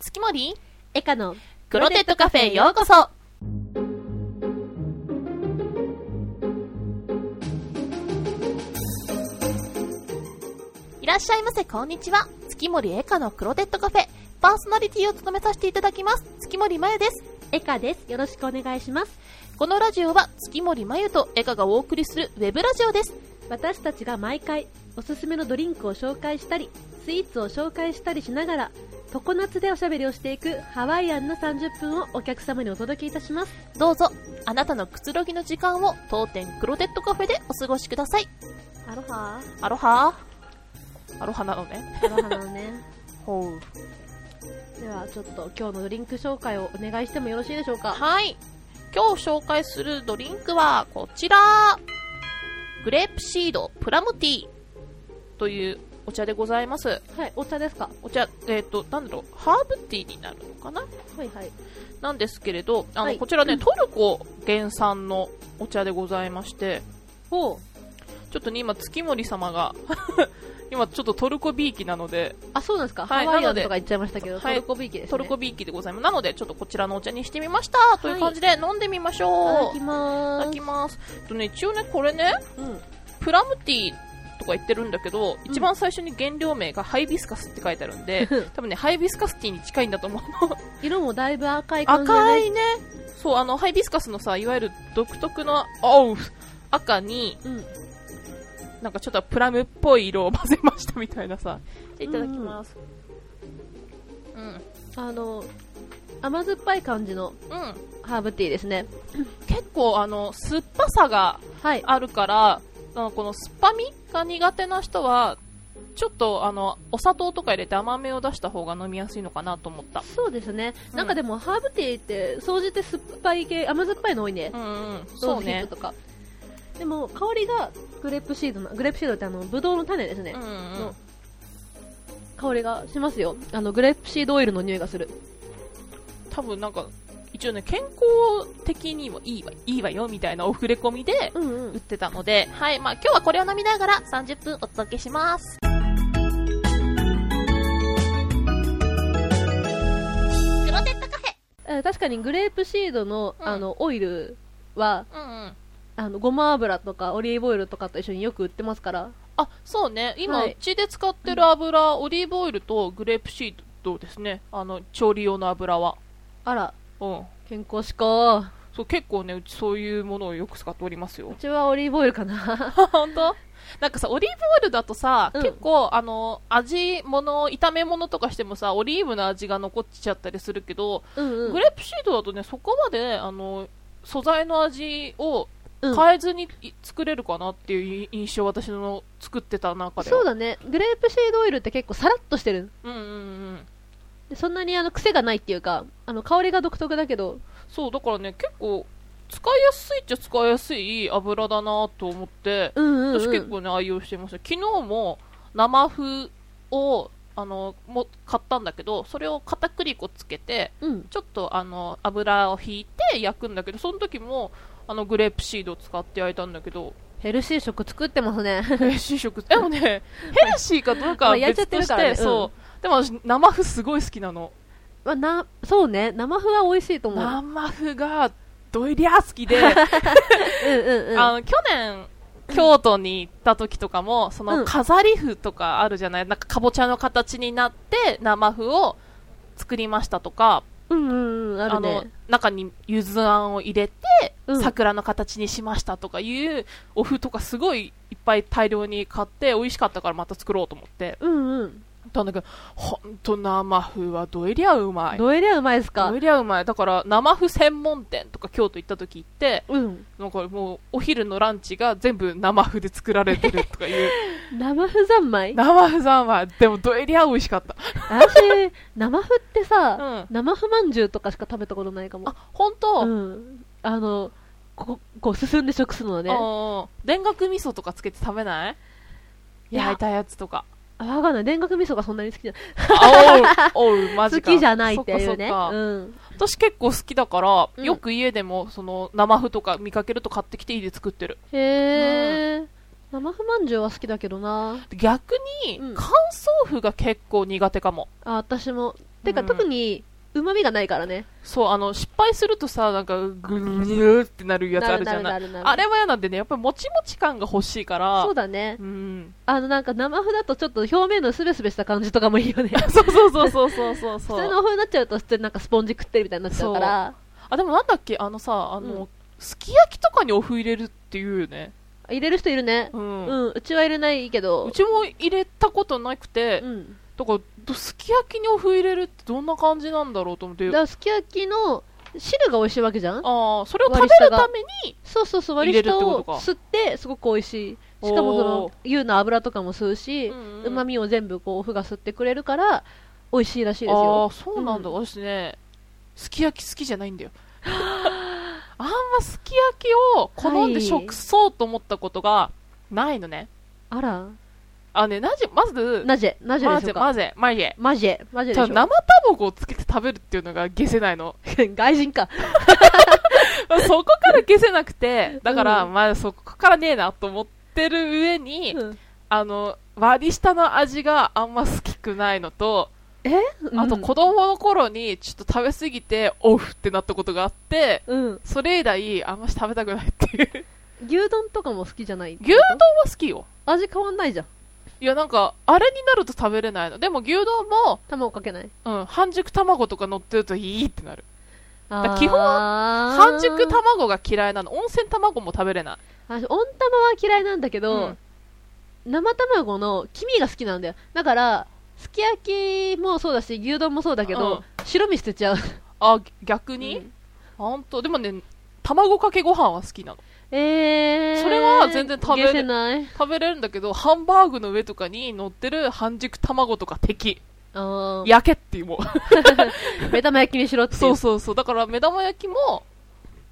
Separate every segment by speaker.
Speaker 1: 月森
Speaker 2: エカの
Speaker 1: クロテッドカフェへようこそいらっしゃいませこんにちは月森エカのクロテッドカフェパーソナリティを務めさせていただきます月森まゆです
Speaker 2: エカですよろしくお願いします
Speaker 1: このラジオは月森まゆとエカがお送りするウェブラジオです
Speaker 2: 私たちが毎回おすすめのドリンクを紹介したりスイーツを紹介したりしながら常夏でおしゃべりをしていくハワイアンな30分をお客様にお届けいたします
Speaker 1: どうぞあなたのくつろぎの時間を当店クロテッドカフェでお過ごしください
Speaker 2: アロハ
Speaker 1: アロハアロハなのね
Speaker 2: アロハなのね
Speaker 1: ほう
Speaker 2: ではちょっと今日のドリンク紹介をお願いしてもよろしいでしょうか
Speaker 1: はい。今日紹介するドリンクはこちら。グレープシードプラムティーというお茶でございます。
Speaker 2: はいお茶ですか
Speaker 1: お茶、えっ、と、なんだろう、ハーブティーになるのかな
Speaker 2: はいはい
Speaker 1: なんですけれど、あの、
Speaker 2: はい
Speaker 1: こちらね、トルコ原産のお茶でございまして、
Speaker 2: ほう
Speaker 1: ちょっとね、今、月森様が、 今、ちょっとトルコビーキなので、
Speaker 2: あそうなんですか、
Speaker 1: はい
Speaker 2: ハワイア
Speaker 1: なの
Speaker 2: ン
Speaker 1: で
Speaker 2: とか言っちゃいましたけど、
Speaker 1: はい
Speaker 2: トルコビーキですね
Speaker 1: トルコビーキでございます。なので、ちょっとこちらのお茶にしてみましたという感じで飲んでみましょう。
Speaker 2: いた
Speaker 1: い
Speaker 2: だきま
Speaker 1: ただ
Speaker 2: ー
Speaker 1: き
Speaker 2: す
Speaker 1: ます。えっとね、一応ね、これね、
Speaker 2: うん
Speaker 1: プラムティーとか言ってるんだけど、
Speaker 2: ん、
Speaker 1: 一番最初に原料名がハイビスカスって書いてあるん で多分ね、ハイビスカスティーに近いんだと思うの。
Speaker 2: 色もだいぶ赤い感じで、ね、
Speaker 1: 赤いね。そう、あの、ハイビスカスのさ、いわゆる独特の、おう赤に、
Speaker 2: うん
Speaker 1: なんかちょっとプラムっぽい色を混ぜましたみたいなさ。じゃあいただきます。うん。
Speaker 2: あの甘酸っぱい感じの
Speaker 1: うん。
Speaker 2: ハーブティーですね
Speaker 1: 結構、あの、酸っぱさが
Speaker 2: はい
Speaker 1: あるから、あのこの酸っぱみが苦手な人は、ちょっとあの、お砂糖とか入れて甘めを出した方が飲みやすいのかなと思った。
Speaker 2: そうですね、
Speaker 1: うん
Speaker 2: なんかでもハーブティーって総じて酸っぱい系甘酸っぱいの多いね
Speaker 1: う、んうん、そう
Speaker 2: ローズヒッ
Speaker 1: ね
Speaker 2: プ。とかでも香りがグレープシードのグレープシードってあのブドウの種ですね、
Speaker 1: うんうん
Speaker 2: の香りがしますよあのグレープシードオイルの匂いがする
Speaker 1: 多分なんか、一応ね、健康的にもいいわ、いいわよ、みたいなオフレコミで
Speaker 2: うんう
Speaker 1: 売っ
Speaker 2: ん
Speaker 1: てたので、はい、まあ今日はこれを飲みながら30分お届けします。クロテッドカフェ
Speaker 2: 確かにグレープシードの
Speaker 1: うん
Speaker 2: あのオイルは
Speaker 1: うんうん。
Speaker 2: あのごま油とかオリーブオイルとかと一緒によく売ってますから
Speaker 1: あ、そうね、今、
Speaker 2: は
Speaker 1: う
Speaker 2: い
Speaker 1: ちで使ってる油、オリーブオイルとグレープシードですね、あの、調理用の油は。
Speaker 2: あら
Speaker 1: うん。
Speaker 2: 健康志向
Speaker 1: そう、結構ね、うちそういうものをよく使っておりますよ
Speaker 2: う。ちはオリーブオイルかな
Speaker 1: 本当なんかさ、オリーブオイルだとさ、
Speaker 2: うん
Speaker 1: 結構、あの、味物、炒め物とかしてもさ、オリーブの味が残っちゃったりするけど、
Speaker 2: うん、うん、
Speaker 1: グレープシードだとね、そこまで、あの、素材の味を
Speaker 2: うん
Speaker 1: 変えずにい作れるかなっていうい印象、私の作ってた中では。
Speaker 2: そうだねグレープシードオイルって結構さらっとしてる
Speaker 1: うんうんうん。
Speaker 2: でそんなにあの癖がないっていうかあの香りが独特だけど
Speaker 1: そう、だからね、結構、使いやすいっちゃ使いやすい油だなと思って、
Speaker 2: うんうん、うん、
Speaker 1: 私結構ね愛用してました昨日も生麩をあのも買ったんだけどそれを片栗粉つけて
Speaker 2: うん
Speaker 1: ちょっとあの油を引いて焼くんだけどその時もあのグレープシードを使って焼いたんだけど
Speaker 2: ヘルシー食作ってますね
Speaker 1: ヘルシー食でもねヘルシーかどうか
Speaker 2: まあ
Speaker 1: は
Speaker 2: 焼いちゃっ
Speaker 1: 別と
Speaker 2: てる
Speaker 1: して、
Speaker 2: からねうん
Speaker 1: そうでも私生麩すごい好きなの
Speaker 2: まあなそうね生麩は美味しいと思ううん
Speaker 1: 生麩がどいりゃ好きで
Speaker 2: うんうん
Speaker 1: あの去年京都に行った時とかもそうの
Speaker 2: ん
Speaker 1: 飾り麩とかあるじゃない、なんかかぼちゃの形になって生麩を作りましたとか
Speaker 2: うんうんうんある
Speaker 1: の
Speaker 2: ね
Speaker 1: 中にゆずあんを入れて、
Speaker 2: うん
Speaker 1: 桜の形にしましたとかいうお麩とかすごいいっぱい大量に買って美味しかったからまた作ろうと思って
Speaker 2: うんうん
Speaker 1: たんだけどほんと生麩はどえりゃうまい
Speaker 2: どえりゃうまいですか
Speaker 1: どえりゃうまいだから生麩専門店とか京都行った時行って
Speaker 2: うん
Speaker 1: なんかもうお昼のランチが全部生麩で作られてるとかいう
Speaker 2: 生麩三 昧
Speaker 1: 生麩さんはでもどえりゃ美味しかった
Speaker 2: 私生麩ってさ、
Speaker 1: うん
Speaker 2: 生麩まんじゅうとかしか食べたことないかも
Speaker 1: あ本当、
Speaker 2: うんあのここう進んで食するのね
Speaker 1: うん田楽味噌とかつけて食べない
Speaker 2: いや
Speaker 1: 焼いたやつとか
Speaker 2: あわかんない田楽味噌がそんなに好きじゃ
Speaker 1: あ おうおうマ
Speaker 2: 好
Speaker 1: ジか
Speaker 2: きじゃないっていうね
Speaker 1: そっかそっか
Speaker 2: うん
Speaker 1: 私結構好きだから、
Speaker 2: うん
Speaker 1: よく家でもその生麩とか見かけると買ってきて家で作ってる
Speaker 2: へえ、生麩まんじゅうは好きだけどな
Speaker 1: 逆に
Speaker 2: うん
Speaker 1: 乾燥麩が結構苦手かも、
Speaker 2: あ私もてか、
Speaker 1: うん
Speaker 2: 特に旨味がないからね
Speaker 1: そう、あの、失敗するとさ、なんか、ぐるぐるってなるやつあるじゃない。
Speaker 2: なるなるなる
Speaker 1: あれは嫌なんでね、やっぱりもちもち感が欲しいから。
Speaker 2: そうだね
Speaker 1: うん。
Speaker 2: あのなんか生麩だとちょっと表面のスベスベした感じとかもいいよね
Speaker 1: そうそうそうそうそうそう
Speaker 2: 普
Speaker 1: そう。
Speaker 2: 通のお風になっちゃうと普通になんかスポンジ食ってるみたいになっちゃうから
Speaker 1: あ、でもなんだっけ、あのさ、あの、
Speaker 2: うん
Speaker 1: すき焼きとかにお麩入れるっていうよね。
Speaker 2: 入れる人いるね
Speaker 1: う。
Speaker 2: うんん、うちは入れないけど
Speaker 1: うちも入れたことなくて、
Speaker 2: うん
Speaker 1: だからどすき焼きにお麩入れるってどんな感じなんだろうと思って
Speaker 2: だからすき焼きの汁が美味しいわけじゃん
Speaker 1: ああそれを食べるために
Speaker 2: そうそうそう
Speaker 1: 入
Speaker 2: 割
Speaker 1: れ
Speaker 2: り
Speaker 1: るって
Speaker 2: 下
Speaker 1: こと
Speaker 2: を
Speaker 1: か
Speaker 2: 吸ってすごく美味しいし
Speaker 1: お
Speaker 2: かもその
Speaker 1: ー
Speaker 2: 牛の油とかも吸うし
Speaker 1: うんうん
Speaker 2: うま、みを全部こうお麩が吸ってくれるから美味しいらしいです
Speaker 1: あ
Speaker 2: よ
Speaker 1: あそうなんだ、
Speaker 2: う
Speaker 1: 私ねすき焼き好きじゃないん だよあんますき焼きを好んで食そうと思ったことがないのね、
Speaker 2: あら
Speaker 1: あのねなぜまず
Speaker 2: なぜなぜ
Speaker 1: ま
Speaker 2: でしょ
Speaker 1: ぜ
Speaker 2: うか
Speaker 1: まぜまぜ
Speaker 2: マジェマジェで
Speaker 1: ただ
Speaker 2: しょ
Speaker 1: 生卵をつけて食べるっていうのが消せないの
Speaker 2: 外人か
Speaker 1: そこから消せなくてだから、
Speaker 2: うん
Speaker 1: まあそこからねえなと思ってる上に、
Speaker 2: うん
Speaker 1: あの割り下の味があんま好きくないのと、あと子供の頃にちょっと食べ過ぎてオフってなったことがあって
Speaker 2: うん
Speaker 1: それ以来あんまし食べたくない っていう
Speaker 2: 牛丼とかも好きじゃない
Speaker 1: 牛丼は好きよ
Speaker 2: 味変わんないじゃん
Speaker 1: いやなんかあれになると食べれないのでも牛丼も、
Speaker 2: 卵かけない
Speaker 1: うん、半熟卵とか乗ってるといいってなる
Speaker 2: あー
Speaker 1: 基本半熟卵が嫌いなの温泉卵も食べれない
Speaker 2: 私温玉は嫌いなんだけど、
Speaker 1: うん
Speaker 2: 生卵の黄身が好きなんだよだからすき焼きもそうだし牛丼もそうだけ
Speaker 1: う
Speaker 2: ど、
Speaker 1: ん
Speaker 2: 白身捨 てちゃう
Speaker 1: あ逆に、
Speaker 2: うん
Speaker 1: ほんとでもね卵かけご飯は好きなの
Speaker 2: えー、
Speaker 1: それは全然食べれ
Speaker 2: 消せない
Speaker 1: 食べれるんだけどハンバーグの上とかに乗ってる半熟卵とか敵
Speaker 2: あー
Speaker 1: 焼けっていう もう
Speaker 2: 目玉焼きにしろっていう
Speaker 1: そうそうそうだから目玉焼きも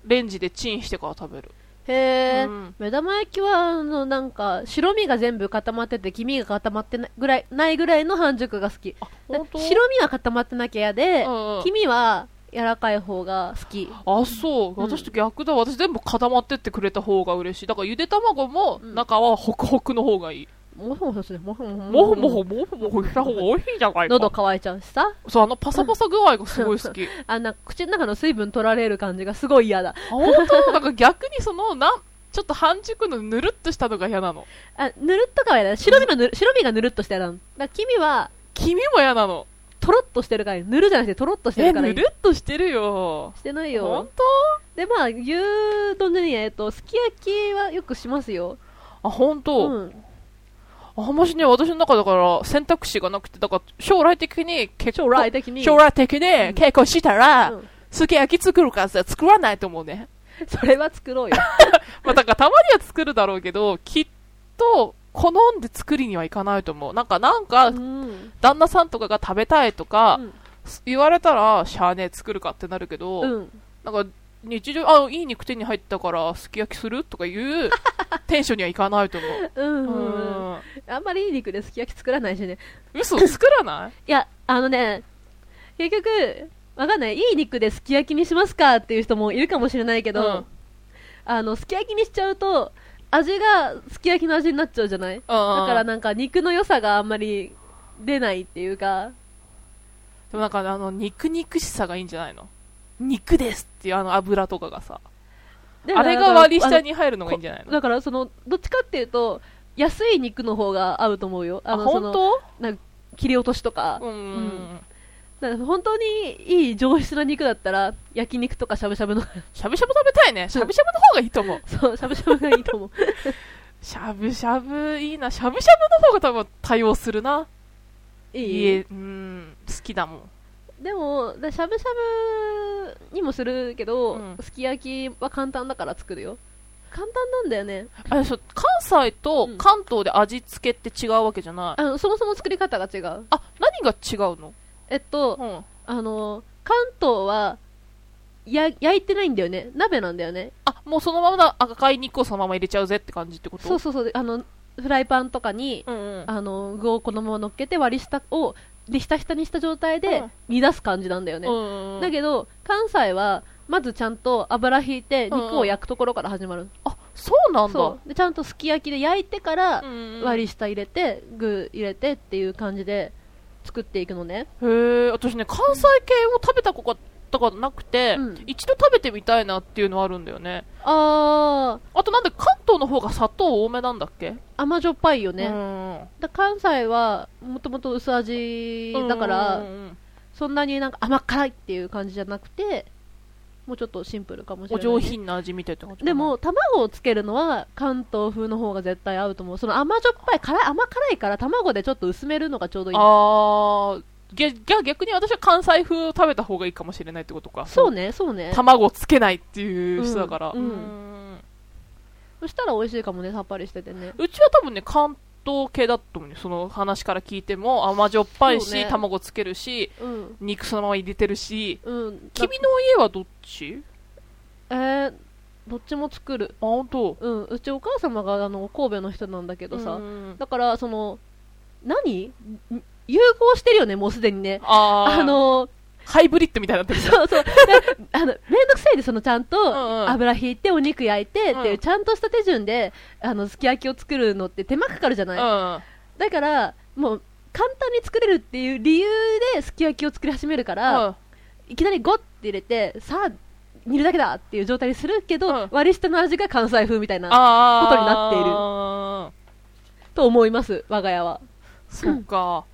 Speaker 1: レンジでチンしてから食べる
Speaker 2: へー
Speaker 1: うん
Speaker 2: 目玉焼きはあのなんか白身が全部固まってて黄身が固まってないぐらいないぐらいの半熟が好き
Speaker 1: あ本当
Speaker 2: 白身は固まってなきゃ嫌で、
Speaker 1: うんうん
Speaker 2: 黄身は柔らかい方が好き
Speaker 1: あそう、
Speaker 2: うん
Speaker 1: 私と逆だ私全部固まってってくれた方が嬉しいだからゆで卵も
Speaker 2: うん
Speaker 1: 中はホクホクの方がいい、
Speaker 2: もふもふするもふも
Speaker 1: もふも
Speaker 2: ふ
Speaker 1: ふもふもふした方が美味しいじゃないか
Speaker 2: 喉乾いちゃうしさ
Speaker 1: そうあのパサパサ具合がすごい好 き
Speaker 2: あなんか口の中の水分取られる感じがすごい嫌だ
Speaker 1: 本当だから逆にそのなんちょっと半熟のぬるっとしたのが嫌なの
Speaker 2: あぬるっとかは嫌だ白身がぬる白身がぬるっとして嫌だだから黄身は
Speaker 1: 黄身も嫌なの
Speaker 2: とろっとしてるからいいぬるじゃなくてとろっとして
Speaker 1: え
Speaker 2: るからい
Speaker 1: ぬ
Speaker 2: い
Speaker 1: るっとしてるよ
Speaker 2: してない
Speaker 1: 本
Speaker 2: よ
Speaker 1: 当
Speaker 2: でまあ牛丼じゃねえやえっとすき焼きはよくしますよ
Speaker 1: あ本当、
Speaker 2: うん
Speaker 1: あんましね、私の中だから選択肢がなくて、だから将来的に結
Speaker 2: 将来的に
Speaker 1: 将来的に結婚したら、
Speaker 2: うん
Speaker 1: すき焼き作るからさ、作らないと思うね。
Speaker 2: それは作ろ うよ
Speaker 1: まあ、だからたまには作るだろうけど、きっと、好んで作りにはいかないと思う。なんか、なんか
Speaker 2: う、ん
Speaker 1: 旦那さんとかが食べたいとか
Speaker 2: う、ん
Speaker 1: 言われたら、しゃあねえ作るかってなるけど、
Speaker 2: うん
Speaker 1: なんか、日常、あ、いい肉手に入ったから、すき焼きするとか いう、テンションにはいかないと思う。
Speaker 2: うんうん
Speaker 1: うん。
Speaker 2: あんまりいい肉ですき焼き作らないしね
Speaker 1: 嘘、作ら ない
Speaker 2: いや、あのね、結局、わかんない、いい肉ですき焼きにしますかっていう人もいるかもしれないけど、
Speaker 1: うん
Speaker 2: あの、すき焼きにしちゃうと、味がすき焼きの味になっちゃうじゃない
Speaker 1: だ
Speaker 2: だ
Speaker 1: か
Speaker 2: からなんか肉の良さがあんまり出ないっていうか、
Speaker 1: でもなんかあの肉肉しさがいいんじゃないの肉ですっていうあの油とかがさ
Speaker 2: で
Speaker 1: あれが割り
Speaker 2: だから
Speaker 1: 下に入るのがいいんじゃない
Speaker 2: あの
Speaker 1: の
Speaker 2: だからその、どっちかっていうと、安い肉の方が合うと思うよ。
Speaker 1: あ
Speaker 2: のその
Speaker 1: 本当
Speaker 2: なんか切り落としとか。
Speaker 1: うんうんうん
Speaker 2: だから本当にいい上質な肉だったら、焼肉とかしゃぶしゃぶの、
Speaker 1: しゃぶしゃぶ食べたいねしゃぶしゃぶの方がいいと思う
Speaker 2: そう、しゃぶしゃぶがいいと思う。
Speaker 1: しゃぶしゃぶいいなしゃぶしゃぶの方が多分対応する ない
Speaker 2: い
Speaker 1: 家うん好きだもん
Speaker 2: でもだしゃぶしゃぶにもするけど、
Speaker 1: うん
Speaker 2: すき焼きは簡単だから作るよ簡単なんだよね
Speaker 1: あれそう関西と
Speaker 2: うん
Speaker 1: 関東で味付けって違うわけじゃない、
Speaker 2: あのそもそも作り方が違う
Speaker 1: あ何が違うの、
Speaker 2: えっと、
Speaker 1: うん、
Speaker 2: あの関東はや焼いてないんだよね鍋なんだよね
Speaker 1: あもうそのままだ赤い肉をそのまま入れちゃうぜって感じってこと
Speaker 2: そうそうそうあのフライパンとかに、
Speaker 1: うんうん、
Speaker 2: あの具をこのまま乗っけて割り下をでひたひたにした状態で
Speaker 1: うん
Speaker 2: 煮出す感じなんだよね、
Speaker 1: うんうんうん
Speaker 2: だけど関西はまずちゃんと油引いて肉を焼くところから始まる、
Speaker 1: あそうなんだ
Speaker 2: そうでちゃんとすき焼きで焼いてから
Speaker 1: うんうん
Speaker 2: 割り下入れて具入れてっていう感じで作っていくのね。
Speaker 1: へえ私ね関西系を食べたことがなくて、
Speaker 2: うん
Speaker 1: 一度食べてみたいなっていうのはあるんだよね
Speaker 2: あ
Speaker 1: あとなんで関東の方が砂糖多めなんだっけ
Speaker 2: ー、甘じょっぱいよね。
Speaker 1: ね
Speaker 2: だ関西はもともと薄味だから、
Speaker 1: うんうんうん
Speaker 2: そんなになんか甘辛いっていう感じじゃなくて、もうちょっとシンプルかもしれ
Speaker 1: お
Speaker 2: ないね、
Speaker 1: 上品な味みたいってことかな
Speaker 2: でも、卵をつけるのは関東風の方が絶対合うと思う。その甘じょっぱい、辛い、甘辛いから卵でちょっと薄めるのがちょうどいい。
Speaker 1: あーぎゃぎゃ逆に私は関西風を食べた方がいいかもしれないってことか
Speaker 2: そうね、そうね。
Speaker 1: 卵つけないっていう人だから、
Speaker 2: うんうん
Speaker 1: ん
Speaker 2: そしたら美味しいかもね、さっぱりしててね。
Speaker 1: うちは多分ね関東系だと思うねその話から聞いても甘じょっぱいし、
Speaker 2: そうね
Speaker 1: 卵つけるし
Speaker 2: うん。
Speaker 1: 肉そのまま入れてるし
Speaker 2: うん。だ
Speaker 1: 君の家はどっち
Speaker 2: えー、どっちも作る。
Speaker 1: あ本当
Speaker 2: うん。うちお母様があの神戸の人なんだけどさ。
Speaker 1: うん
Speaker 2: だから、その、何ん融合してるよね、もうすでにね。
Speaker 1: あー
Speaker 2: あの、
Speaker 1: ハイブリッドみたいになってる
Speaker 2: そうそう。あの、めんどくさいで、そのちゃ
Speaker 1: ん
Speaker 2: ん
Speaker 1: うん
Speaker 2: と油引いてお肉焼いてっていうう、
Speaker 1: ん
Speaker 2: ちゃんとした手順で、あの、すき焼きを作るのって手間かかるじゃない、
Speaker 1: うん
Speaker 2: だから、もう、簡単に作れるっていう理由ですき焼きを作り始めるから、
Speaker 1: うん
Speaker 2: いきなりゴッて入れて、さあ、煮るだけだっていう状態にするけど、
Speaker 1: うん
Speaker 2: 割り下の味が関西風みたいな、
Speaker 1: あ
Speaker 2: ことになっている
Speaker 1: なっている
Speaker 2: と思います、我が家は。
Speaker 1: そうか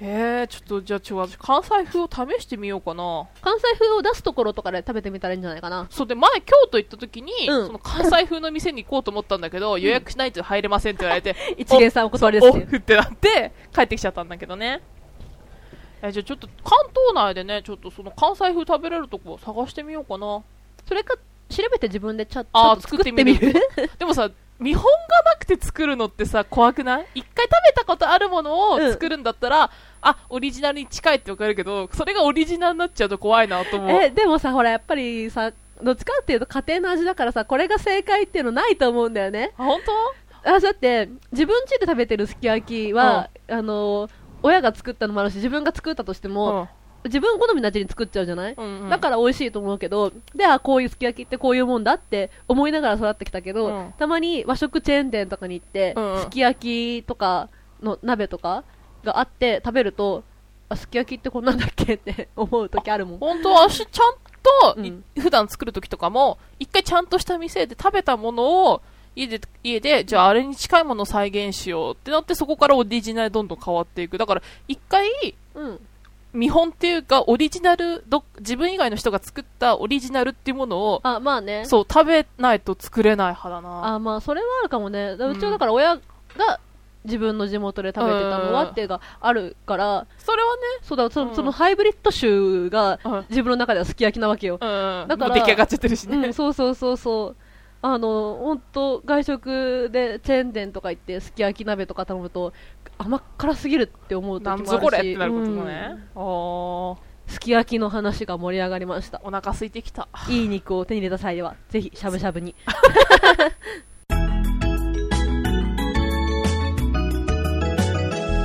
Speaker 1: えー、ちょっとじゃあちょ私関西風を試してみようかな
Speaker 2: 関西風を出すところとかで食べてみたらいいんじゃないかな。
Speaker 1: そうで前京都行った時に、
Speaker 2: うん
Speaker 1: その関西風の店に行こうと思ったんだけど、予約しないと入れませんって言われて
Speaker 2: 一元さんお断りです
Speaker 1: オ
Speaker 2: っていう。
Speaker 1: フってなって帰ってきちゃったんだけどねえじゃあちょっと関東内でねちょっとその関西風食べれるとこ探してみようかな
Speaker 2: それか、調べて自分でちゃち
Speaker 1: あー
Speaker 2: ょっと作ってみる
Speaker 1: 作ってみでもさ見本がなくて作るのってさ怖くない一回食べたことあるものを
Speaker 2: うん
Speaker 1: 作るんだったら、あオリジナルに近いってわかるけどそれがオリジナルになっちゃうと怖いなと思う
Speaker 2: え、でもさ、ほら、やっぱりさ、どっちかっていうと家庭の味だからさ、これが正解っていうのないと思うんだよね。
Speaker 1: あ本当
Speaker 2: あ、だって、自分家で食べてるすき焼きは、あの、親が作ったのもあるし、自分が作ったとしても、自分好みの味に作っちゃうじゃない、
Speaker 1: うんうん
Speaker 2: だから美味しいと思うけど、で、あ、こういうすき焼きってこういうもんだって思いながら育ってきたけど、
Speaker 1: うん
Speaker 2: たまに和食チェーン店とかに行って、
Speaker 1: うんうん
Speaker 2: すき焼きとかの鍋とかがあって食べると、あ、すき焼きってこんなんだっけって思う時あるもん。
Speaker 1: 本当は私ちゃんと、い
Speaker 2: うん
Speaker 1: 普段作る時とかも一回ちゃんとした店で食べたものを家で家でじゃああれに近いものを再現しようってなってそこからオリジナルどんどん変わっていくだから一回
Speaker 2: うん。
Speaker 1: 見本っていうかオリジナルど自分以外の人が作ったオリジナルっていうものを
Speaker 2: あ、まあね。
Speaker 1: そう食べないと作れない派だな
Speaker 2: あ、まあ、それはあるかもね。
Speaker 1: ん
Speaker 2: うちはだから親が自分の地元で食べてたのはっていうのがあるから、
Speaker 1: それはね
Speaker 2: そうだ、そ
Speaker 1: うん
Speaker 2: のそのハイブリッド種が
Speaker 1: うん
Speaker 2: 自分の中ではすき焼きなわけよ。
Speaker 1: うん
Speaker 2: だから
Speaker 1: もう出来上がっちゃってるし
Speaker 2: う
Speaker 1: ね、
Speaker 2: ん、そうそうそうそう。あの、ほんと、外食でチェーン店とか行って、すき焼き鍋とか頼むと、甘辛すぎるって思う時も
Speaker 1: な
Speaker 2: ある
Speaker 1: ん
Speaker 2: し。
Speaker 1: ぞこれってなることもね
Speaker 2: う、
Speaker 1: あ
Speaker 2: ん
Speaker 1: ー
Speaker 2: すき焼きの話が盛り上がりました。
Speaker 1: お腹空いてきた
Speaker 2: いい肉を手に入れた際は、ぜひ、しゃぶしゃぶに。
Speaker 3: ク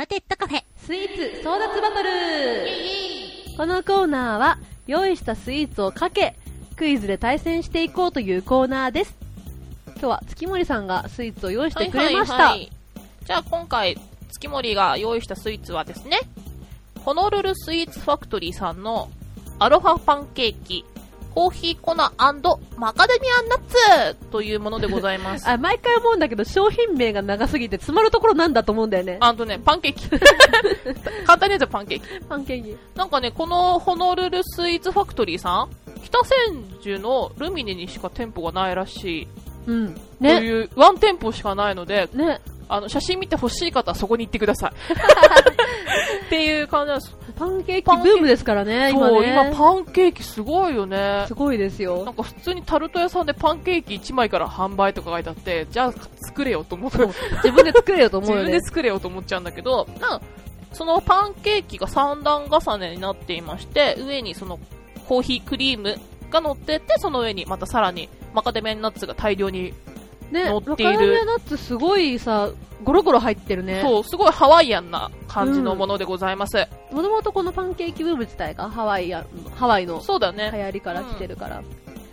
Speaker 3: ロテッドカフェ
Speaker 2: スイーツ争奪バトルこのコーナーは用意したスイーツをかけクイズで対戦していこうというコーナーです今日は月森さんがスイーツを用意してくれました、
Speaker 1: い、じゃあ今回月森が用意したスイーツはですねホノルルスイーツファクトリーさんのアロハパンケーキコーヒー粉マカデミアンナッツというものでございます
Speaker 2: あ毎回思うんだけど商品名が長すぎて詰まるところなんだと思うんだよね
Speaker 1: あとねパンケー キ簡単に言うとパンケーキ
Speaker 2: パンケーキ
Speaker 1: なんかねこのホノルルスイーツファクトリーさん北千住のルミネにしか店舗がないらしい、
Speaker 2: うん
Speaker 1: と
Speaker 2: ね
Speaker 1: いうワン店舗しかないので
Speaker 2: ね
Speaker 1: あの写真見てほしい方はそこに行ってください っていう感じなんです
Speaker 2: パンケーキブームですからね今
Speaker 1: そう、
Speaker 2: ね
Speaker 1: 今パンケーキすごいよね
Speaker 2: す。ごいです
Speaker 1: な
Speaker 2: よ
Speaker 1: んか普通にタルト屋さんでパンケーキ1枚から販売とか書いてあって、じゃあ作れよと思う。
Speaker 2: 自分で作れよと思
Speaker 1: 自
Speaker 2: うよ
Speaker 1: 分
Speaker 2: ね
Speaker 1: で作れよと思っちゃうんだけど、なんかそのパンケーキが3段重ねになっていまして、上にそのコーヒークリームが乗ってて、その上にまたさらにマカデミアナッツが大量に、
Speaker 2: ね
Speaker 1: 乗
Speaker 2: マ
Speaker 1: っ
Speaker 2: カ
Speaker 1: て
Speaker 2: デ
Speaker 1: いる
Speaker 2: ミアナッツすごいさゴロゴロ入ってるね
Speaker 1: そう、すごいハワイアンな感じのものでございます。
Speaker 2: もともとこのパンケーキブーム自体がハワイやハワイの
Speaker 1: そうだね。
Speaker 2: 流行りから来てるから、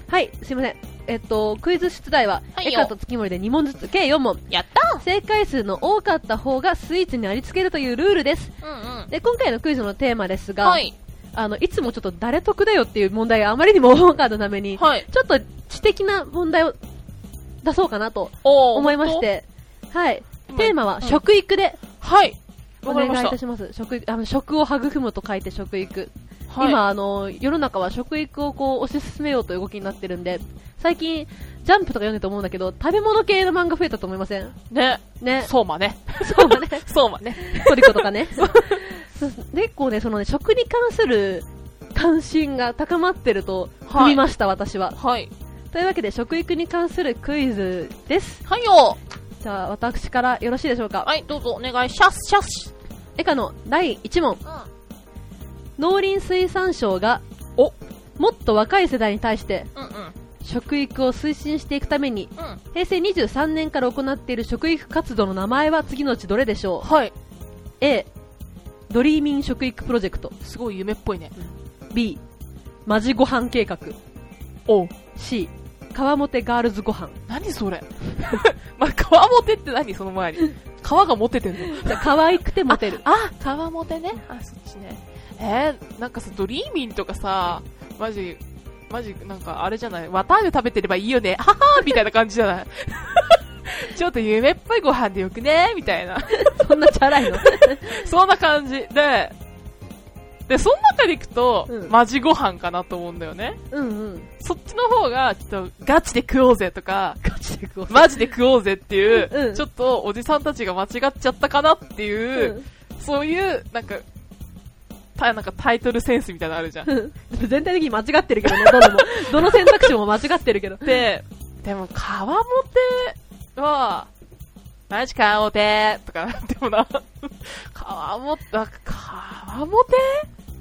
Speaker 2: はい、すいません。えっと、クイズ出題は、
Speaker 1: はいよ
Speaker 2: エカと月森で2問ずつ、計4問。
Speaker 1: やった
Speaker 2: 正解数の多かった方がスイーツにありつけるというルールです。
Speaker 1: うんうん。
Speaker 2: で、今回のクイズのテーマですが、
Speaker 1: はい。
Speaker 2: あの、いつもちょっと誰得だよっていう問題があまりにも 多かったために、
Speaker 1: はい。
Speaker 2: ちょっと知的な問題を出そうかなと
Speaker 1: おー
Speaker 2: 思いまし。て、はい。
Speaker 1: 本当
Speaker 2: テーマは
Speaker 1: うん
Speaker 2: 食育で
Speaker 1: はい。
Speaker 2: お
Speaker 1: わか
Speaker 2: 願い
Speaker 1: り
Speaker 2: い
Speaker 1: ました
Speaker 2: たします。食育、あの、食を育むと書いて食育。
Speaker 1: はい、
Speaker 2: 今、あの、世の中は食育をこう、推し進めようという動きになってるんで、最近、ジャンプとか読んでると思うんだけど、食べ物系の漫画増えたと思いません
Speaker 1: ね。
Speaker 2: ね。
Speaker 1: そうまね。
Speaker 2: そうだね。
Speaker 1: そうまね。
Speaker 2: トリコとかね。そう結構ね、そのね、食に関する関心が高まってると
Speaker 1: はい
Speaker 2: 踏みました、私は。
Speaker 1: はい。
Speaker 2: というわけで、食育に関するクイズです。
Speaker 1: はいよ。
Speaker 2: じゃあ、私からよろしいでしょうか。
Speaker 1: はい、どうぞお願いします。シャッシ
Speaker 2: 以下の第1問。
Speaker 1: ャッシ。
Speaker 2: 農林水産省が、
Speaker 1: お
Speaker 2: もっと若い世代に対して、
Speaker 1: うん。うんうん。
Speaker 2: 食育を推進していくために、
Speaker 1: うん。
Speaker 2: 平成23年から行っている食育活動の名前は次のうちどれでしょ
Speaker 1: はい。
Speaker 2: う ?A、ドリーミン食育プロジェクト。
Speaker 1: すごい夢っぽいね。
Speaker 2: B、マジご飯計画。
Speaker 1: おう
Speaker 2: C、川本ガールズご飯。
Speaker 1: 何それ まあ、川モテって何その前に。川がモテてんの
Speaker 2: じゃあ可愛くてモテる。
Speaker 1: あ、川モテね。あ、そっちね。えー、なんかさ、ドリーミンとかさ、マジ、マジ、なんかあれじゃない綿あめ食べてればいいよね。ははみたいな感じじゃない ちょっと夢っぽいご飯でよくねみたいな。
Speaker 2: そんなチャラいの。
Speaker 1: そんな感じ。で、で、その中でいくと、
Speaker 2: うん
Speaker 1: マジご飯かなと思うんだよね。
Speaker 2: うんうん。
Speaker 1: そっちの方が、ちょっと、ガチで食おうぜとか、
Speaker 2: ガチでこう。
Speaker 1: マジで食おうぜっていう、
Speaker 2: うん
Speaker 1: ちょっとおじさんたちが間違っちゃったかなっていう、そういう、なんか、たなんかタイトルセンスみたいなのあるじ ゃん。
Speaker 2: うん全体的に間違ってるけどね、どれも。どの選択肢も間違ってるけど。
Speaker 1: で、でも、川モテは、マジ川モテとかなっても な、川モテ、あ川モテ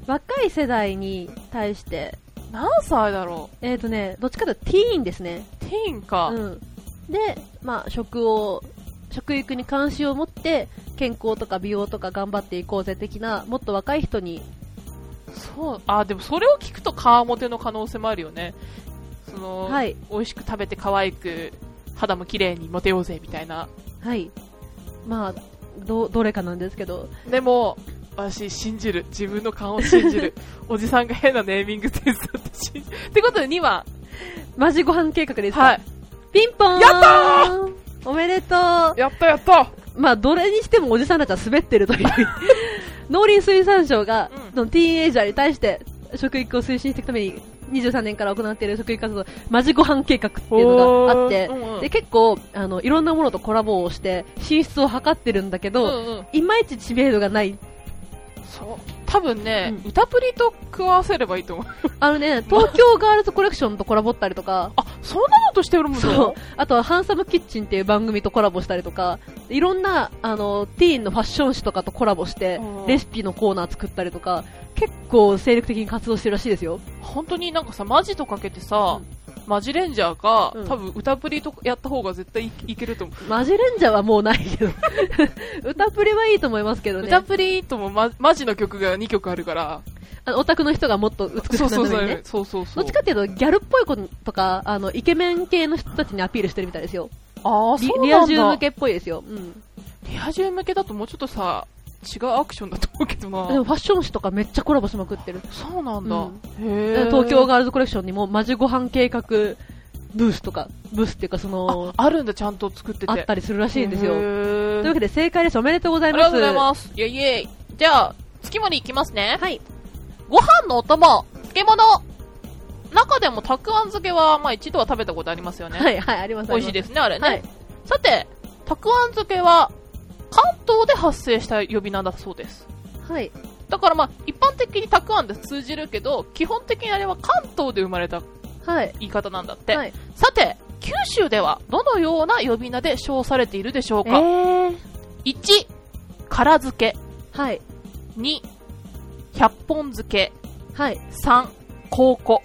Speaker 2: 若い世代に対して、
Speaker 1: 何歳だろ
Speaker 2: えっ、ー、とね、どっちかというとティーンですね。
Speaker 1: うティーンか。
Speaker 2: うん。で、まあ、食を、食育に関心を持って、健康とか美容とか頑張っていこうぜ的な、もっと若い人に、
Speaker 1: そう、あ、でもそれを聞くと川モテの可能性もあるよね。その、
Speaker 2: はい、
Speaker 1: 美味しく食べて可愛く、肌も綺麗にモテようぜみたいな。
Speaker 2: はい。まあ、ど、どれかなんですけど、
Speaker 1: でも、私、信じる。自分の勘を信 じる。おじさんが変なネーミングセンスだって信じる。ってことで2番。
Speaker 2: マジご飯計画ですか、
Speaker 1: はい。
Speaker 2: ピンポーン
Speaker 1: やった
Speaker 2: おめでとう
Speaker 1: やったやった
Speaker 2: まあ、どれにしてもおじさんたちは滑ってると いう。農林水産省が
Speaker 1: うん、
Speaker 2: そのティーンエイジャーに対して、食育を推進していくために、23年から行っている食育活動、マジご飯計画っていうのがあって
Speaker 1: おーうんうん、
Speaker 2: で、結構、あの、いろんなものとコラボをして、進出を図ってるんだけ
Speaker 1: うん
Speaker 2: ど、
Speaker 1: うん。
Speaker 2: いまいち知名度がない。
Speaker 1: そう。多分ね、
Speaker 2: うん
Speaker 1: 歌プリと食わせればいいと思う。
Speaker 2: あのね、東京ガールズコレクションとコラボったりとか、
Speaker 1: あ、そんなことしてるもんだ
Speaker 2: そう。あとは、ハンサムキッチンっていう番組とコラボしたりとか、いろんな、あの、ティーンのファッション誌とかとコラボして
Speaker 1: うん、
Speaker 2: レシピのコーナー作ったりとか、結構精力的に活動してるらしいですよ。
Speaker 1: 本当になんかさ、マジとかけてさ、マジレンジャーか、
Speaker 2: うん
Speaker 1: 多分歌プリとやった方が絶対いいけると思う。
Speaker 2: マジレンジャーはもうない けど。歌プリはいいと思いますけどね。
Speaker 1: 歌プリともママジの曲が2曲あるから。
Speaker 2: あのオタクの人がもっと美し
Speaker 1: そう
Speaker 2: くな
Speaker 1: そう
Speaker 2: る
Speaker 1: そ
Speaker 2: のに
Speaker 1: う
Speaker 2: ね。。
Speaker 1: そうそうそ
Speaker 2: ど
Speaker 1: う
Speaker 2: っち。かっていうと、ギャルっぽい子とか、あの、イケメン系の人たちにアピールしてるみたいですよ。
Speaker 1: ああ、
Speaker 2: リ
Speaker 1: そう
Speaker 2: リア
Speaker 1: なんだ。
Speaker 2: 充向けっぽいですよ。うん。
Speaker 1: リア充向けだともうちょっとさ、違うアクションだと思うけど
Speaker 2: でも
Speaker 1: な。
Speaker 2: ファッション誌とかめっちゃコラボしまくってる。
Speaker 1: そうなん
Speaker 2: う
Speaker 1: だ
Speaker 2: ん。
Speaker 1: へえ。
Speaker 2: 東京ガールズコレクションにもマジご飯計画ブースとか、ブースっていうかそ
Speaker 1: あ
Speaker 2: の、
Speaker 1: あるんだ、ちゃんと作ってて。
Speaker 2: あったりするらしいんですよ。
Speaker 1: へ
Speaker 2: と
Speaker 1: ー
Speaker 2: いうわけで正解です。おめでとうござ
Speaker 1: あ
Speaker 2: い
Speaker 1: り
Speaker 2: ます。
Speaker 1: がとうございます。イェイイェイ。じゃあ、月森いきますね。
Speaker 2: はい。
Speaker 1: ご飯のお供、漬物。中でもたくあん漬けは、まあ一度は食べたことありますよね。
Speaker 2: はい、はい、あります。
Speaker 1: 美味しい
Speaker 2: で
Speaker 1: ですね、あれね。
Speaker 2: はい。
Speaker 1: さて、たくあん漬けは、関東で発生した呼び名だそうです。
Speaker 2: はい。
Speaker 1: だからまあ、一般的にたくあんで通じるけど、基本的にあれは関東で生まれた
Speaker 2: はい。
Speaker 1: 言い方なんだって。
Speaker 2: はい。
Speaker 1: さて、九州ではどのような呼び名で称されているでしょう
Speaker 2: え
Speaker 1: か、
Speaker 2: ー。
Speaker 1: ?1、から漬け。
Speaker 2: はい。
Speaker 1: 2、百本漬け。
Speaker 2: はい。
Speaker 1: 3、高庫。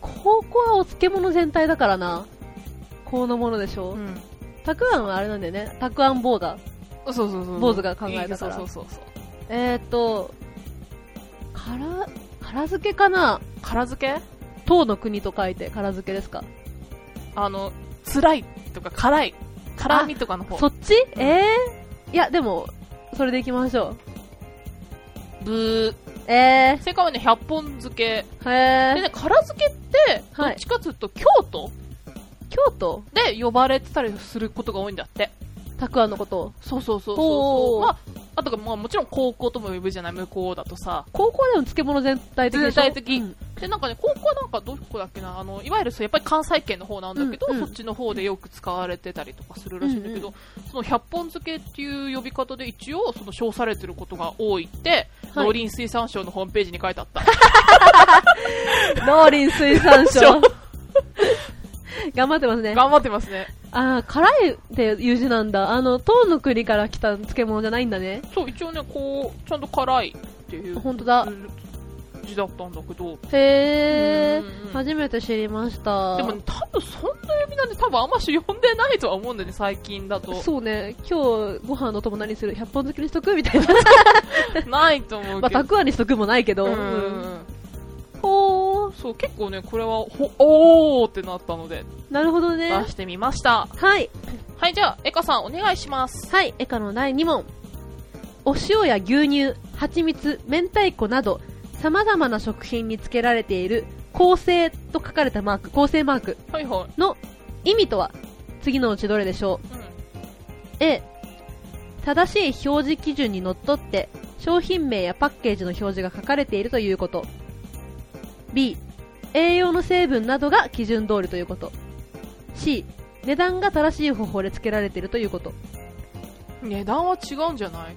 Speaker 2: 高校はお漬物全体だからな。このものでしょう。
Speaker 1: ん。
Speaker 2: たくあんはあれなんだよね。たくあん棒が。
Speaker 1: そうそうそうそう。
Speaker 2: 坊主が考えたから
Speaker 1: そうそうそうそう。
Speaker 2: えーっと、から、から漬けかな
Speaker 1: から漬け
Speaker 2: 唐の国と書いて、辛漬けですか
Speaker 1: あの、辛いとか辛い、辛味とかの
Speaker 2: そ
Speaker 1: 方。
Speaker 2: っちえー、いや、でも、それでいきましょ
Speaker 1: ブ
Speaker 2: う。え
Speaker 1: ー。正解はね、百本漬け。
Speaker 2: ー、へ
Speaker 1: で
Speaker 2: ー。
Speaker 1: ね、辛漬けって、ど
Speaker 2: はい
Speaker 1: っちかっていうと京都
Speaker 2: 京都
Speaker 1: で呼ばれてたりすることが多いんだって。
Speaker 2: たくあんのことを。
Speaker 1: そうそうそうそう。
Speaker 2: おー
Speaker 1: まあ、あとが、まあもちろん高校とも呼ぶじゃない、向こうだとさ。
Speaker 2: 高校でも漬物全体的でしょ
Speaker 1: 全体的
Speaker 2: うん
Speaker 1: で、なんかね、高校はなんかどこだっけな、あの、いわゆるそう、やっぱり関西圏の方なんだけど、
Speaker 2: うんうん
Speaker 1: そっちの方でよく使われてたりとかするらしいんだけど、その百本漬けっていう呼び方で一応、その称されてることが多いって、
Speaker 2: はい
Speaker 1: 農林水産省のホームページに書いてあった。
Speaker 2: 農林水産
Speaker 1: そう
Speaker 2: 省。 頑張ってます ね。
Speaker 1: 頑張ってますね。
Speaker 2: あー、辛いっていう字なんだ。あの、唐の国から来た漬物じゃないんだね。
Speaker 1: そう、一応ね、こう、ちゃんと辛いっていう。
Speaker 2: ほんとだ。
Speaker 1: 字だったんだけど。
Speaker 2: へ
Speaker 1: うんうんうん
Speaker 2: ー。初めて知りました。
Speaker 1: でもね、多分そんな呼びなんで、多分あんまし呼んでないとは思うんだよね、最近だと。
Speaker 2: そうね、今日ご飯の友何する ?100 本漬けにしとくみたいな。
Speaker 1: ないと思う
Speaker 2: まあ、
Speaker 1: けど。
Speaker 2: たくあんにしとくもないけど。
Speaker 1: うん。
Speaker 2: ほー。
Speaker 1: そう、結構ね、これは、ほ、おーってなったので、
Speaker 2: なるほど
Speaker 1: 出
Speaker 2: ね。
Speaker 1: してみました。
Speaker 2: はい。
Speaker 1: はい、じゃあ、エカさん、お願いします。
Speaker 2: はい、エカの第2問。お塩や牛乳、蜂蜜、明太子など、様々な食品につけられている、構成と書かれたマーク、構成マーク
Speaker 1: はいはい。
Speaker 2: の意味とは、次のうちどれでしょう ?A、正しい表示基準にのっとって、商品名やパッケージの表示が書かれているということ。B、栄養の成分などが基準通りということ。C、値段が正しい方法で付けられているということ。
Speaker 1: うん。値段は違うんじゃない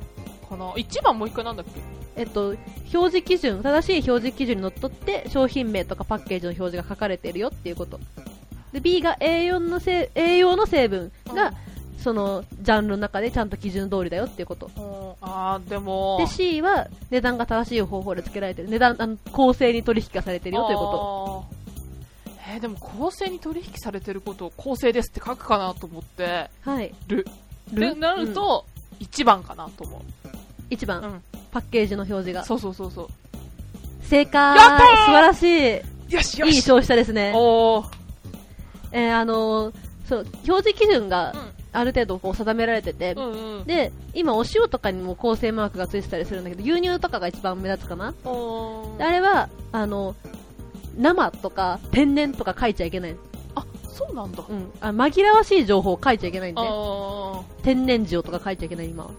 Speaker 1: かな。一番もう一回なんだっけ
Speaker 2: えっと、表示基準、正しい表示基準にのっとって、商品名とかパッケージの表示が書かれているよっていうこと。で、B が栄養のせい栄養の成分が、その、ジャンルの中でちゃんと基準通りだよっていうこと。
Speaker 1: うんあー、でも。
Speaker 2: で、C は、値段が正しい方法で付けられてる。値段、あの、公正に取引がされてるよというこ
Speaker 1: あーえーでも公正に取引されてることを公正ですって書くかなと思って、
Speaker 2: と。はい。
Speaker 1: る。ってなると、一番かなと思う。
Speaker 2: 1
Speaker 1: う
Speaker 2: 番、
Speaker 1: ん。
Speaker 2: パッケージの表示が。
Speaker 1: そうそうそうそう。
Speaker 2: 正解
Speaker 1: やったー
Speaker 2: 素晴
Speaker 1: よし
Speaker 2: ら
Speaker 1: よ
Speaker 2: しい。いい
Speaker 1: し
Speaker 2: 勝者ですね。
Speaker 1: おー。
Speaker 2: えーあのーそう、表示基準が
Speaker 1: うん、
Speaker 2: ある程度こう定められてて、
Speaker 1: うんうん。
Speaker 2: で、今お塩とかにも構成マークがついてたりするんだけど、牛乳とかが一番目立つかな、
Speaker 1: お
Speaker 2: であ
Speaker 1: ー。
Speaker 2: れは、あの、生とか天然とか書いちゃいけない。
Speaker 1: あ、そうなんだ。
Speaker 2: うん。あ紛らわしい情報を書いちゃいけないんで
Speaker 1: あ。ー。
Speaker 2: 天然塩とか書いちゃいけない今は。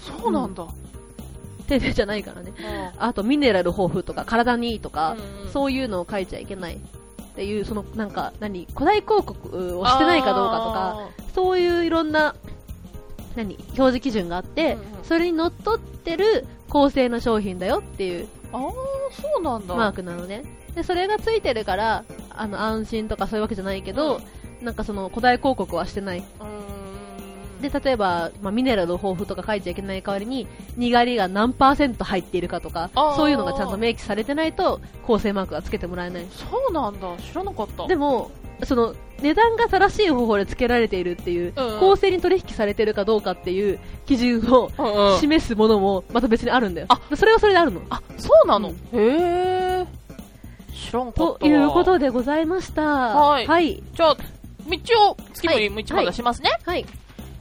Speaker 1: そうなんだ。
Speaker 2: 天然じゃないからね。あとミネラル豊富とか体にいいとか、
Speaker 1: う
Speaker 2: そういうのを書いちゃいけない。っていう、その、なんか、何、古代広告をしてないかどうかとか、そういういろんな、何、表示基準があって、
Speaker 1: うんうん
Speaker 2: それにのっとってる構成の商品だよっていう
Speaker 1: とか。あーあー、そうなんだ。
Speaker 2: マークなのね。で、それがついてるから、あの、安心とかそういうわけじゃないけど、なんかその古代広告はしてない。
Speaker 1: うーん
Speaker 2: で、例えば、まあ、ミネラル豊富とか書いちゃいけない代わりに、にがりが何パーセント入っているかとか
Speaker 1: あー、
Speaker 2: そういうのがちゃんと明記されてないと、構成マークがつけてもらえない。
Speaker 1: そうなんだ。知らなかった。
Speaker 2: でも、その、値段が正しい方法で付けられているっていう、
Speaker 1: うんうん
Speaker 2: 公正に取引されてるかどうかっていう基準を
Speaker 1: うんうん
Speaker 2: 示すものもまた別にあるんだよ。
Speaker 1: あ
Speaker 2: それはそれであるの。
Speaker 1: あ、そうなの。
Speaker 2: うん
Speaker 1: へえ。知らんかっ
Speaker 2: と
Speaker 1: た。
Speaker 2: いうことでございました。
Speaker 1: はい
Speaker 2: はい。
Speaker 1: じゃあ、道を、月森も一番出しますね、
Speaker 2: はい。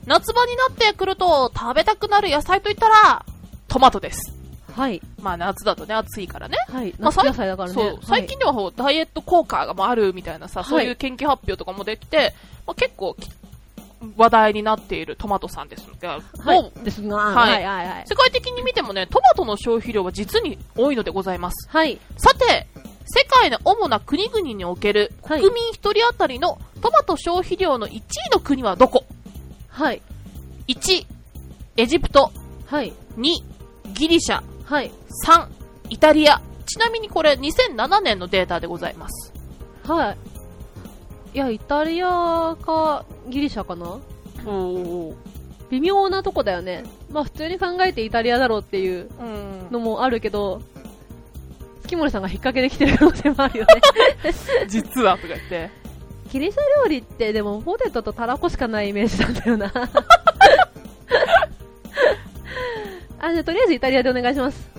Speaker 1: 夏場になってくると食べたくなる野菜といったら、トマトです。
Speaker 2: はい。
Speaker 1: まあ夏だとね、暑いからね。
Speaker 2: はい。
Speaker 1: まあ
Speaker 2: 夏野菜だからね。
Speaker 1: そう、
Speaker 2: はい
Speaker 1: 最近ではほうダイエット効果がもあるみたいなさ、
Speaker 2: はい
Speaker 1: そういう研究発表とかもできて、まあ、結構き話題になっているトマトさんですが、
Speaker 2: はい
Speaker 1: もう
Speaker 2: ですが、
Speaker 1: はい
Speaker 2: はいはいはい。
Speaker 1: 世界的に見てもね、トマトの消費量は実に多いのでございます。
Speaker 2: はい。
Speaker 1: さて、世界の主な国々における
Speaker 2: はい
Speaker 1: 国民1人当たりのトマト消費量の1位の国はどこ
Speaker 2: はい。
Speaker 1: ?1、エジプト、
Speaker 2: はい。
Speaker 1: 2、ギリシャ、
Speaker 2: はい。
Speaker 1: 3、イタリア。ちなみにこれ2007年のデータでございます。
Speaker 2: はい。いや、イタリアか、ギリシャかな
Speaker 1: お
Speaker 2: 微妙なとこだよね。まあ普通に考えてイタリアだろうっていう
Speaker 1: うん。
Speaker 2: のもあるけど、月森さんが引っ掛けできてる可能性もある よね。
Speaker 1: 実はとか言って。
Speaker 2: ギリシャ料理ってでもポテトとたらこしかないイメージなんだ よな。あ、じゃあとりあえずイタリアでお願いします。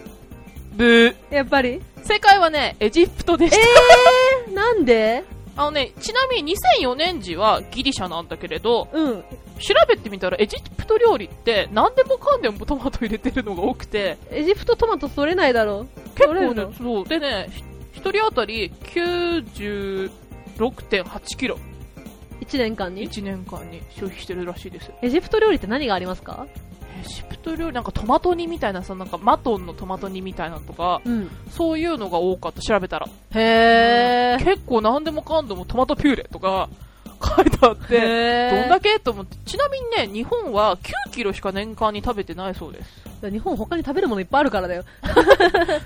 Speaker 1: ブ
Speaker 2: やっぱり
Speaker 1: ー。正解はね、エジプトでした。
Speaker 2: えー、なんで
Speaker 1: あのね、ちなみに2004年時はギリシャなんだけれど、
Speaker 2: うん。
Speaker 1: 調べてみたらエジプト料理って何でもかんでもトマト入れてるのが多くて、
Speaker 2: エジプトトマト取れないだろう。
Speaker 1: 結
Speaker 2: 取れ
Speaker 1: 構
Speaker 2: る
Speaker 1: ね
Speaker 2: の、
Speaker 1: そう。でね、ひ一人当たり96.8キロ、
Speaker 2: 1年間に。
Speaker 1: 1年間に消費してるらしいです。
Speaker 2: エジプト料理って何がありますか
Speaker 1: エジプト料理なんかトマト煮みたいなさ、なんかマトンのトマト煮みたいなのとか、
Speaker 2: うん。
Speaker 1: そういうのが多かった、調べたら。
Speaker 2: へー。
Speaker 1: 結構何でもかんでもトマトピューレとか書いてあって、
Speaker 2: へ
Speaker 1: どんだけと思って。ちなみにね、日本は9キロしか年間に食べてないそうです。
Speaker 2: 日本他に食べるものいっぱいあるからだよ。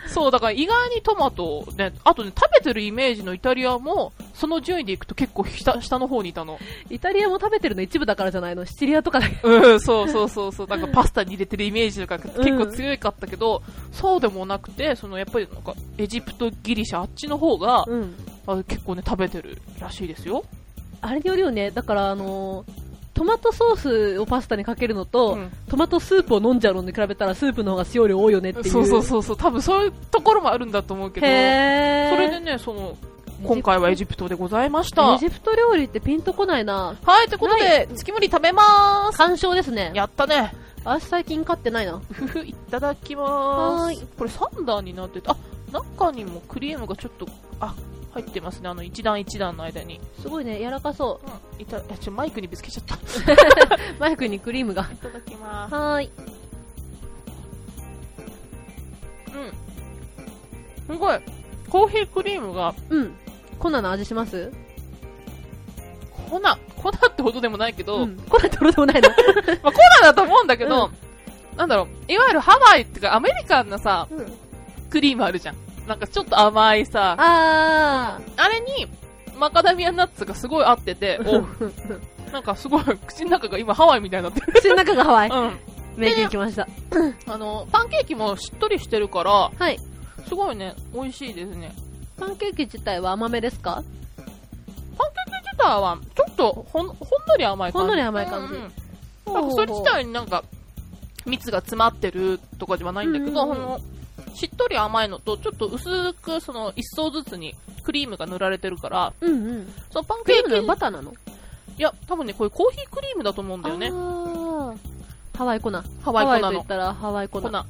Speaker 1: そう、だから意外にトマト、ね、あとね、食べてるイメージのイタリアも、その順位でいくと結構下下の方にいたの。
Speaker 2: イタリアも食べてるの一部だからじゃないの。シチリアとかだけ。
Speaker 1: うん、そうそうそうそう、なんかパスタに入れてるイメージとか結構強かったけど、そうでもなくて、そのやっぱりなんかエジプト、ギリシャ、あっちの方が、
Speaker 2: うん。
Speaker 1: あ結構ね、食べてるらしいですよ。
Speaker 2: あれによるよね。だからあのートマトソースをパスタにかけるのと、
Speaker 1: うん
Speaker 2: トマトスープを飲んじゃうのに比べたらスープの方が使用量多いよねっていう。
Speaker 1: そうそうそうそう、多分そういうところもあるんだと思うけど、
Speaker 2: へー。
Speaker 1: それでね、その、今回はエジプトでございました
Speaker 2: エ。ジプト料理ってピンとこないな。
Speaker 1: はい、ということで、月森食べまーす。
Speaker 2: 干渉ですね。
Speaker 1: やったね。
Speaker 2: 私最近買ってないな。
Speaker 1: ふふ、いただきま
Speaker 2: は
Speaker 1: ー
Speaker 2: ー
Speaker 1: す。これ3段になってて、あ、中にもクリームがちょっと、あ、入ってますね。あの、一段一段の間に。
Speaker 2: すごいね、柔らかそ。
Speaker 1: うん、いた、いやちょ、マイクにぶつけちゃった。 いう
Speaker 2: マイクにクリームが。
Speaker 1: ただきま
Speaker 2: はーい。
Speaker 1: す。うん。すごい。コーヒークリームが、
Speaker 2: うん。コナの味します
Speaker 1: 粉、粉ってほどでもないけど、
Speaker 2: うん。コナってことでもないの。
Speaker 1: まあ、粉だと思うんだけど、なんだろう、いわゆるハワイってか、アメリカンなさ、
Speaker 2: うん
Speaker 1: クリームあるじゃん。なんかちょっと甘いさ、あ
Speaker 2: あ
Speaker 1: れに、マカダミアナッツがすごい合って て、お
Speaker 2: ー。
Speaker 1: なんかすごい、口の中が今ハワイみたいになってる。
Speaker 2: 口の中がハワイ。
Speaker 1: う
Speaker 2: 名人来ました。
Speaker 1: ん。あの、パンケーキもしっとりしてるから、
Speaker 2: はい。
Speaker 1: すごいね、美味しいですね。
Speaker 2: パンケーキ自体は甘めですか
Speaker 1: バターは、ちょっとほん、ほんのり甘い感じ。
Speaker 2: ほんのり甘い感じ
Speaker 1: うんうんなんかそれ自体になんか、蜜が詰まってるとかではないんだけど、
Speaker 2: うんうんうん
Speaker 1: このしっとり甘いのと、ちょっと薄く、その、一層ずつにクリームが塗られてるから、
Speaker 2: うんうん。
Speaker 1: そのパン
Speaker 2: ク
Speaker 1: ケ
Speaker 2: リ
Speaker 1: ー
Speaker 2: ームの
Speaker 1: キ、
Speaker 2: バターなの
Speaker 1: いや、多分ね、これコーヒークリームだと思うんだよね。
Speaker 2: あーハワイ粉。ハ
Speaker 1: ハワ
Speaker 2: ワ
Speaker 1: イ
Speaker 2: イ
Speaker 1: 粉な
Speaker 2: と言
Speaker 1: の
Speaker 2: っ。たらハワイ粉
Speaker 1: 粉。。な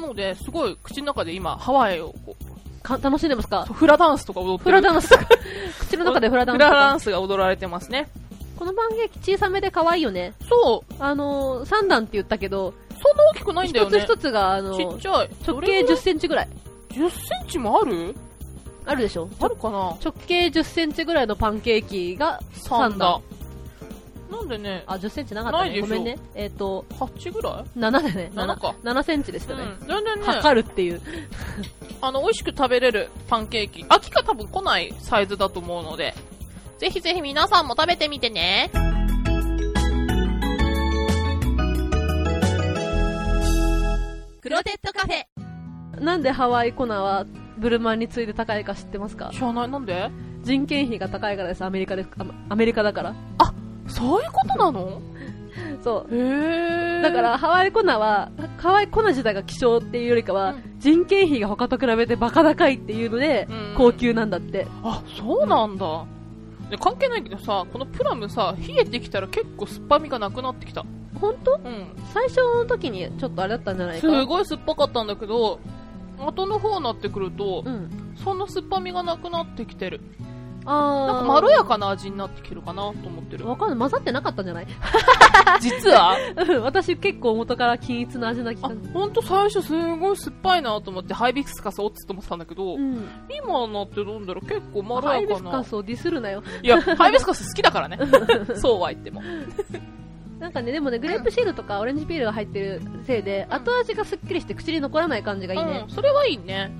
Speaker 1: ので、すごい口の中で今、ハワイをこう
Speaker 2: か楽しんでますか
Speaker 1: そう、フラダンスとか踊って
Speaker 2: フ
Speaker 1: る。
Speaker 2: ラダ ンスとか。口の中でフラダンスと
Speaker 1: フラダ
Speaker 2: か。
Speaker 1: ンスが踊られてますね。
Speaker 2: このパンケーキ小さめで可愛いよね。
Speaker 1: そう、
Speaker 2: あのー、3段って言ったけど、
Speaker 1: そんな大きくないんだ
Speaker 2: 一
Speaker 1: よ
Speaker 2: つ
Speaker 1: ね。
Speaker 2: 一つが、あの
Speaker 1: ちっ
Speaker 2: ー、
Speaker 1: ちゃい。
Speaker 2: 直
Speaker 1: どれ
Speaker 2: 径
Speaker 1: ぐら
Speaker 2: 10
Speaker 1: い
Speaker 2: センチぐらい。
Speaker 1: 10センチもある
Speaker 2: あるでしょ
Speaker 1: あるかな
Speaker 2: 直径10センチぐらいのパンケーキが、
Speaker 1: 3だ
Speaker 2: 段。
Speaker 1: なんでね、
Speaker 2: あ、10センチなかった
Speaker 1: ないで
Speaker 2: ね。
Speaker 1: しょ
Speaker 2: ごめんね。えっ、と、
Speaker 1: 8ぐらい
Speaker 2: 7だね。
Speaker 1: 7か
Speaker 2: 7センチでしたね。
Speaker 1: うん、全然ね、
Speaker 2: 測るっていう。
Speaker 1: あの、美味しく食べれるパンケーキ。秋が多分来ないサイズだと思うので、ぜひぜひ皆さんも食べてみてね。クロテッドカフェ。
Speaker 2: なんでハワイコナはブルマンに次いで高いか知ってますか
Speaker 1: 知らない、なんで
Speaker 2: 人件費が高いからです、アメリカです。あアメリカだから。
Speaker 1: そういうことなの
Speaker 2: そ
Speaker 1: へ
Speaker 2: う。
Speaker 1: ー。
Speaker 2: だか、ら、ハワイコナは、ハワイコナ自体が希少っていうよりかは、
Speaker 1: う
Speaker 2: 人件費が他と比べてバカ高いっていうので、
Speaker 1: うん
Speaker 2: 高級なんだって。
Speaker 1: あ、そうなんだ。で関係ないけどさ、このプラムさ、冷えてきたら結構酸っぱみがなくなってきた。
Speaker 2: 本当
Speaker 1: うん。
Speaker 2: 最初の時にちょっとあれだったんじゃないか。
Speaker 1: すごい酸っぱかったんだけど、後の方になってくると、
Speaker 2: うん。
Speaker 1: そんな酸っぱみがなくなってきてる。
Speaker 2: あー。
Speaker 1: なんかまろやかな味になってきてるかなと思 ってる。
Speaker 2: わかんない。混ざってなかったんじゃない
Speaker 1: 実は
Speaker 2: うん私結構元から均一な味な気が
Speaker 1: あ
Speaker 2: する。、
Speaker 1: ほんと最初すごい酸っぱいなと思って、ハイビスカスをっつと思ってたんだけど、
Speaker 2: うん。
Speaker 1: 今になってどうだろう結構まろ
Speaker 2: ハ
Speaker 1: や
Speaker 2: イビ
Speaker 1: か
Speaker 2: スカ
Speaker 1: な。
Speaker 2: スをディスるなよ。
Speaker 1: いや、ハイビスカス好きだから ね。そうは言っても。
Speaker 2: なんかね、でもね、グレープシールとかオレンジピールが入ってるせいで、後味がすっきりして口に残らない感じがいいね
Speaker 1: うん、。それはいいね。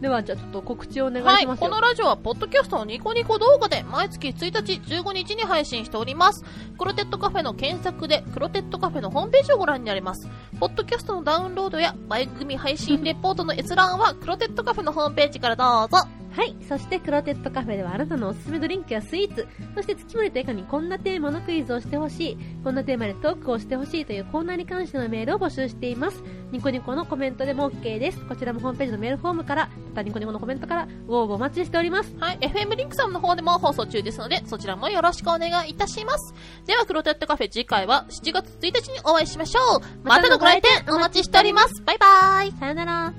Speaker 2: では、じゃあちょっと告知をお願い
Speaker 1: は
Speaker 2: し
Speaker 1: い、
Speaker 2: ます
Speaker 1: こ
Speaker 2: よ。
Speaker 1: のラジオは、ポッドキャストのニコニコ動画で、毎月1日、15日に配信しております。クロテッドカフェの検索で、クロテッドカフェのホームページをご覧になれます。ポッドキャストのダウンロードや、番組配信レポートの閲覧は、クロテッドカフェのホームページからどうぞ。
Speaker 2: はい。そして、クロテッドカフェではあなたのおすすめドリンクやスイーツ、そして月森とエカにこんなテーマのクイズをしてほしい、こんなテーマでトークをしてほしいというコーナーに関してのメールを募集しています。ニコニコのコメントでも OK です。こちらもホームページのメールフォームから、またニコニコのコメントから、ウォーをお待ちしております。
Speaker 1: はい、FM リンクさんの方でも放送中ですので、そちらもよろしくお願いいたします。では、クロテッドカフェ次回は7月1日にお会いしましょう。またのご来店お待ちしております。バイバイ。
Speaker 2: さよなら。